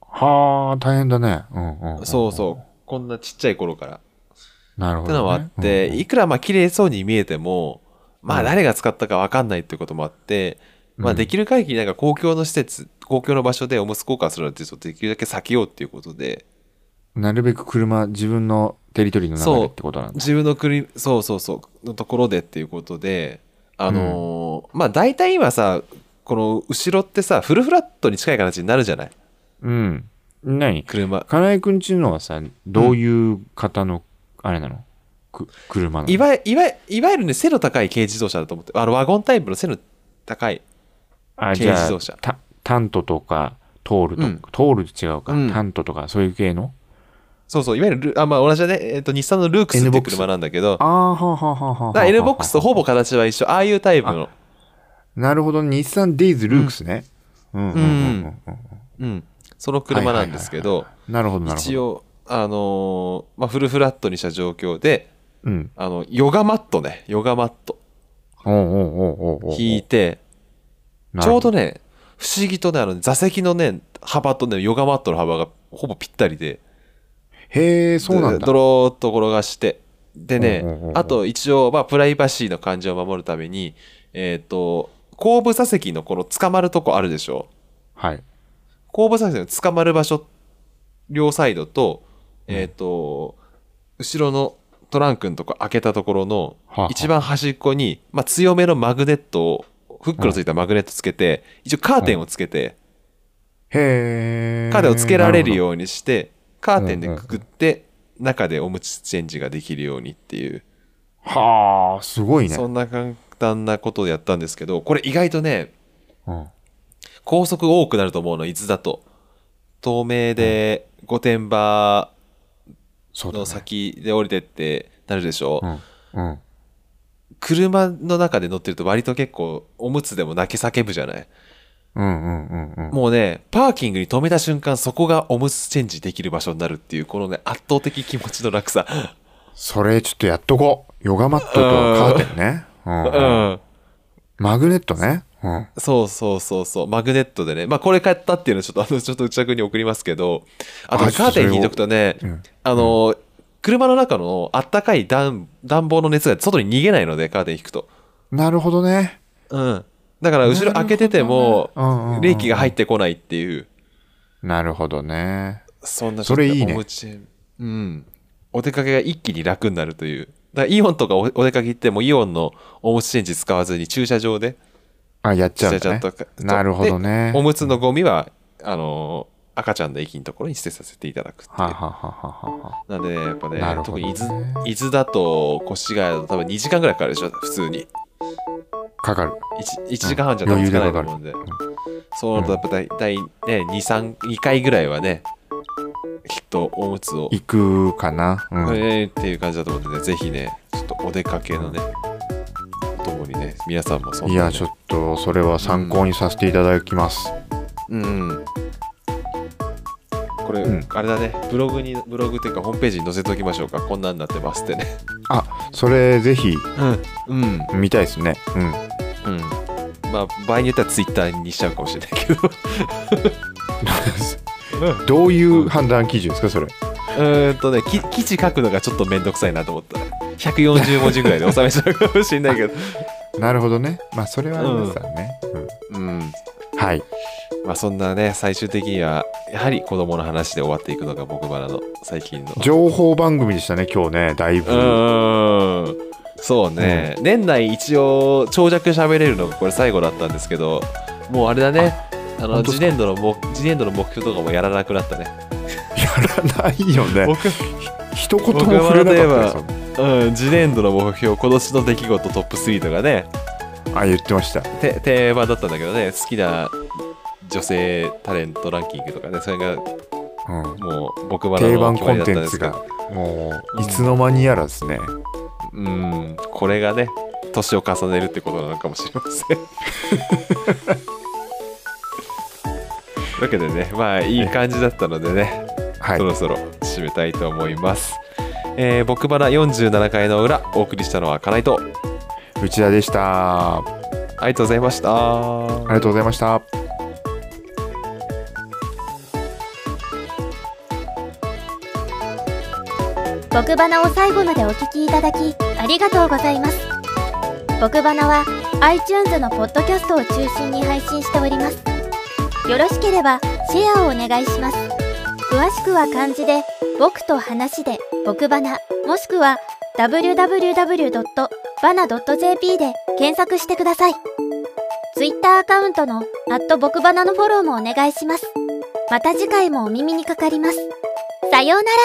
[SPEAKER 2] はあ、大変だね。うんうん、うん。
[SPEAKER 1] そうそうこんなちっちゃい頃から。
[SPEAKER 2] う。なる
[SPEAKER 1] っ
[SPEAKER 2] ほ
[SPEAKER 1] て
[SPEAKER 2] ど、ね。
[SPEAKER 1] のもあって、
[SPEAKER 2] うんうん
[SPEAKER 1] いくらまあ綺麗そうに見えてもまあ誰が使ったか分かんないってこともあって、まあ、できる限りなんか公共の施設公共の場所でおむつ交換するなんてちょっとできるだけ避けようっていうことで、
[SPEAKER 2] なるべく車、自分のテリトリーの中
[SPEAKER 1] そ
[SPEAKER 2] で
[SPEAKER 1] う
[SPEAKER 2] ってことなんだ。
[SPEAKER 1] 自分の国そうそうそうのところでっていうことであのーまあ大体今さこの後ろってさフルフラットに近い形になるじゃない
[SPEAKER 2] うん。何
[SPEAKER 1] 車
[SPEAKER 2] 金井くんちのはさ、どういう型の、あれなのく車なの
[SPEAKER 1] いわいわいわゆるね背の高い軽自動車だと思ってあのワゴンタイプの背の高い
[SPEAKER 2] あ
[SPEAKER 1] 軽
[SPEAKER 2] じゃあ
[SPEAKER 1] 自動車
[SPEAKER 2] タタントとか、トールとか、
[SPEAKER 1] うん
[SPEAKER 2] トール違うか、
[SPEAKER 1] うん
[SPEAKER 2] タントとか、そういう系の
[SPEAKER 1] そうそういわゆるルあまあ同じだねえっ、と日産のルークスっていう車なんだけど
[SPEAKER 2] ああ、はあはあはあはあ
[SPEAKER 1] だから L ボックスとほぼ形は一緒ああいうタイプの
[SPEAKER 2] なるほど、日産デイズルークスね。うん。うんうんうんうん
[SPEAKER 1] うんその車なんですけ
[SPEAKER 2] はい
[SPEAKER 1] ど
[SPEAKER 2] はいはいはいなるほど、なるほ
[SPEAKER 1] 一
[SPEAKER 2] ど。
[SPEAKER 1] 応あのーまあフルフラットにした状況で
[SPEAKER 2] うん。
[SPEAKER 1] あのヨガマットねヨガマット
[SPEAKER 2] おうおうおうおうおう
[SPEAKER 1] 引いて
[SPEAKER 2] な
[SPEAKER 1] ち
[SPEAKER 2] る
[SPEAKER 1] ょ
[SPEAKER 2] ほ
[SPEAKER 1] うどね不思議とねあの座席のね幅とねヨガマットの幅がほぼぴったりで
[SPEAKER 2] へえ、そうなんだ
[SPEAKER 1] ド。ローっと転がしてでね、
[SPEAKER 2] うんうんうんうん
[SPEAKER 1] あと一応、まあ、プライバシーの感じを守るためにえっ、と後部座席のこの捕まるとこあるでしょ
[SPEAKER 2] はい。
[SPEAKER 1] 後部座席の捕まる場所両サイドと、えっ、と後ろのトランクのとこ開けたところの
[SPEAKER 2] はあはあ
[SPEAKER 1] 一番端っこに、まあ、強めのマグネットをフックのついたマグネットつけて、一応カーテンをつけて、
[SPEAKER 2] へえ。
[SPEAKER 1] カーテンをつけられる
[SPEAKER 2] なほ
[SPEAKER 1] ようにしてカーテンで
[SPEAKER 2] うんうん
[SPEAKER 1] くくって中でおむつチェンジができるようにっていう
[SPEAKER 2] ど。はあ、すごいね。
[SPEAKER 1] そんな簡単なことをやったんですけどこれ意外とね
[SPEAKER 2] うん
[SPEAKER 1] 高速多くなると思うの伊豆だと透明で御殿場
[SPEAKER 2] そうだね
[SPEAKER 1] の先で降りてってなるでしょ、
[SPEAKER 2] うん。うん。
[SPEAKER 1] 車の中で乗ってると割と結構おむつでも泣き叫ぶじゃない
[SPEAKER 2] うんうんうんうん。
[SPEAKER 1] もうねパーキングに止めた瞬間そこがおむつチェンジできる場所になるっていうこのね圧倒的気持ちの楽さ
[SPEAKER 2] それちょっとやっとこう。ヨガマットとカーテンね。 うん
[SPEAKER 1] う
[SPEAKER 2] うん
[SPEAKER 1] ん
[SPEAKER 2] マグネットね。うん。
[SPEAKER 1] そうそうそうそう、マグネットでね、まあ、これ買ったっていうのは、ちょっと、あの、ちょっと内田君に送りますけど、あと
[SPEAKER 2] あ
[SPEAKER 1] ね、
[SPEAKER 2] ちょっ
[SPEAKER 1] カ
[SPEAKER 2] と
[SPEAKER 1] ーテン引いとくとね、
[SPEAKER 2] うん
[SPEAKER 1] あの、車の中のあったかい暖暖房の熱が外に逃げないので、カーテン引くと。
[SPEAKER 2] なるほどね。
[SPEAKER 1] うん。だから、後ろ開けてても
[SPEAKER 2] なるほどねうんうんうんう、ん
[SPEAKER 1] 冷気が入ってこないっていう、
[SPEAKER 2] なるほどね。
[SPEAKER 1] そんな
[SPEAKER 2] それいいね
[SPEAKER 1] お持ちうん。お出かけが一気に楽になるという。だからイオンとかおお出かけ行っても、イオンのお持ちチェンジ使わずに駐車場で、
[SPEAKER 2] あ、やっちゃうん
[SPEAKER 1] ちゃ
[SPEAKER 2] だ
[SPEAKER 1] ん
[SPEAKER 2] ね
[SPEAKER 1] とか。
[SPEAKER 2] なるほどね。
[SPEAKER 1] おむつのゴミは、あのー赤ちゃんの駅のところに捨てさせていただくっていう
[SPEAKER 2] はあはあはあはあはあ
[SPEAKER 1] なんで、ね、やっぱね
[SPEAKER 2] なるほ
[SPEAKER 1] 特
[SPEAKER 2] ど
[SPEAKER 1] に
[SPEAKER 2] ね
[SPEAKER 1] 伊豆伊豆だと越谷だと多分2時間ぐらいかかるでしょ普通に
[SPEAKER 2] かかる。
[SPEAKER 1] 1, 時間半じゃ多分
[SPEAKER 2] 余
[SPEAKER 1] つ
[SPEAKER 2] 裕
[SPEAKER 1] かない
[SPEAKER 2] でか
[SPEAKER 1] と
[SPEAKER 2] かる
[SPEAKER 1] 思うんで、そうなるとやっぱ大体ね23 2回ぐらいはねきっとおむつを、
[SPEAKER 2] 行くかな。う
[SPEAKER 1] え
[SPEAKER 2] ん。
[SPEAKER 1] ーっていう感じだと思うんでねぜひねちょっとお出かけのねともにね皆さんもそん
[SPEAKER 2] い
[SPEAKER 1] な、
[SPEAKER 2] や、
[SPEAKER 1] ね、
[SPEAKER 2] ちょっと、それは参考にさせていただきます。
[SPEAKER 1] うん。これ、
[SPEAKER 2] うん
[SPEAKER 1] あれだね、ブログに、ブログっていうか、ホームページに載せておきましょうか。こんなんなってますってね。
[SPEAKER 2] あ、それ、ぜひ、
[SPEAKER 1] うん。うん。
[SPEAKER 2] 見たいですね。うん。
[SPEAKER 1] うん。まあ、場合によってはツイッターにしちゃうかもしれないけど。
[SPEAKER 2] どういう判断基準ですか、それ。
[SPEAKER 1] うーんとね、き記事書くのがちょっとめんどくさいなと思ったら、140文字ぐらいで収めちゃうかもしれないけど。
[SPEAKER 2] なるほどね。まあ、それは皆さんね。うん
[SPEAKER 1] うん。
[SPEAKER 2] はい。
[SPEAKER 1] まあ、そんなね、最終的には、やはり子供の話で終わっていくのが僕バナの最近の。
[SPEAKER 2] 情報番組でしたね、今日ね、だいぶ。
[SPEAKER 1] うーんそうね、年内一応長尺喋れるのがこれ最後だったんですけどもうあれだねあの
[SPEAKER 2] 本当
[SPEAKER 1] 次
[SPEAKER 2] っすか
[SPEAKER 1] 年度の目次年度の目標とかもやらなくなったね
[SPEAKER 2] やらないよね。
[SPEAKER 1] 僕、
[SPEAKER 2] 一言も触れなかったです
[SPEAKER 1] うん、次年度の目標今年の出来事トップ3とかね
[SPEAKER 2] あ、言ってました。
[SPEAKER 1] て定番だったんだけどね好きな女性タレントランキングとかねそれが
[SPEAKER 2] うん、
[SPEAKER 1] もう僕は
[SPEAKER 2] 定
[SPEAKER 1] の
[SPEAKER 2] 番
[SPEAKER 1] 決
[SPEAKER 2] コ
[SPEAKER 1] まり
[SPEAKER 2] ン
[SPEAKER 1] だったんで
[SPEAKER 2] テンツ
[SPEAKER 1] すけ
[SPEAKER 2] が
[SPEAKER 1] ど
[SPEAKER 2] もういつの間にやらですね。
[SPEAKER 1] うんこれがね年を重ねるってことなのかもしれません。という わけでねまあいい感じだったのでね、
[SPEAKER 2] はい
[SPEAKER 1] そ。ろそろ締めたいと思います。えー、僕バラ47回の裏お送りしたのはかないとあ
[SPEAKER 2] 内田でした。あ
[SPEAKER 1] りがとうございました。
[SPEAKER 2] りがとうございました。
[SPEAKER 3] 僕バナを最後までお聞きいただきありがとうございます僕バナは iTunes のポッドキャストを中心に配信しておりますよろしければシェアをお願いします詳しくは漢字で僕と話で僕バナもしくは www.bana.jp で検索してください Twitter アカウントの「僕バナ」のフォローもお願いしますまた次回もお耳にかかりますさようなら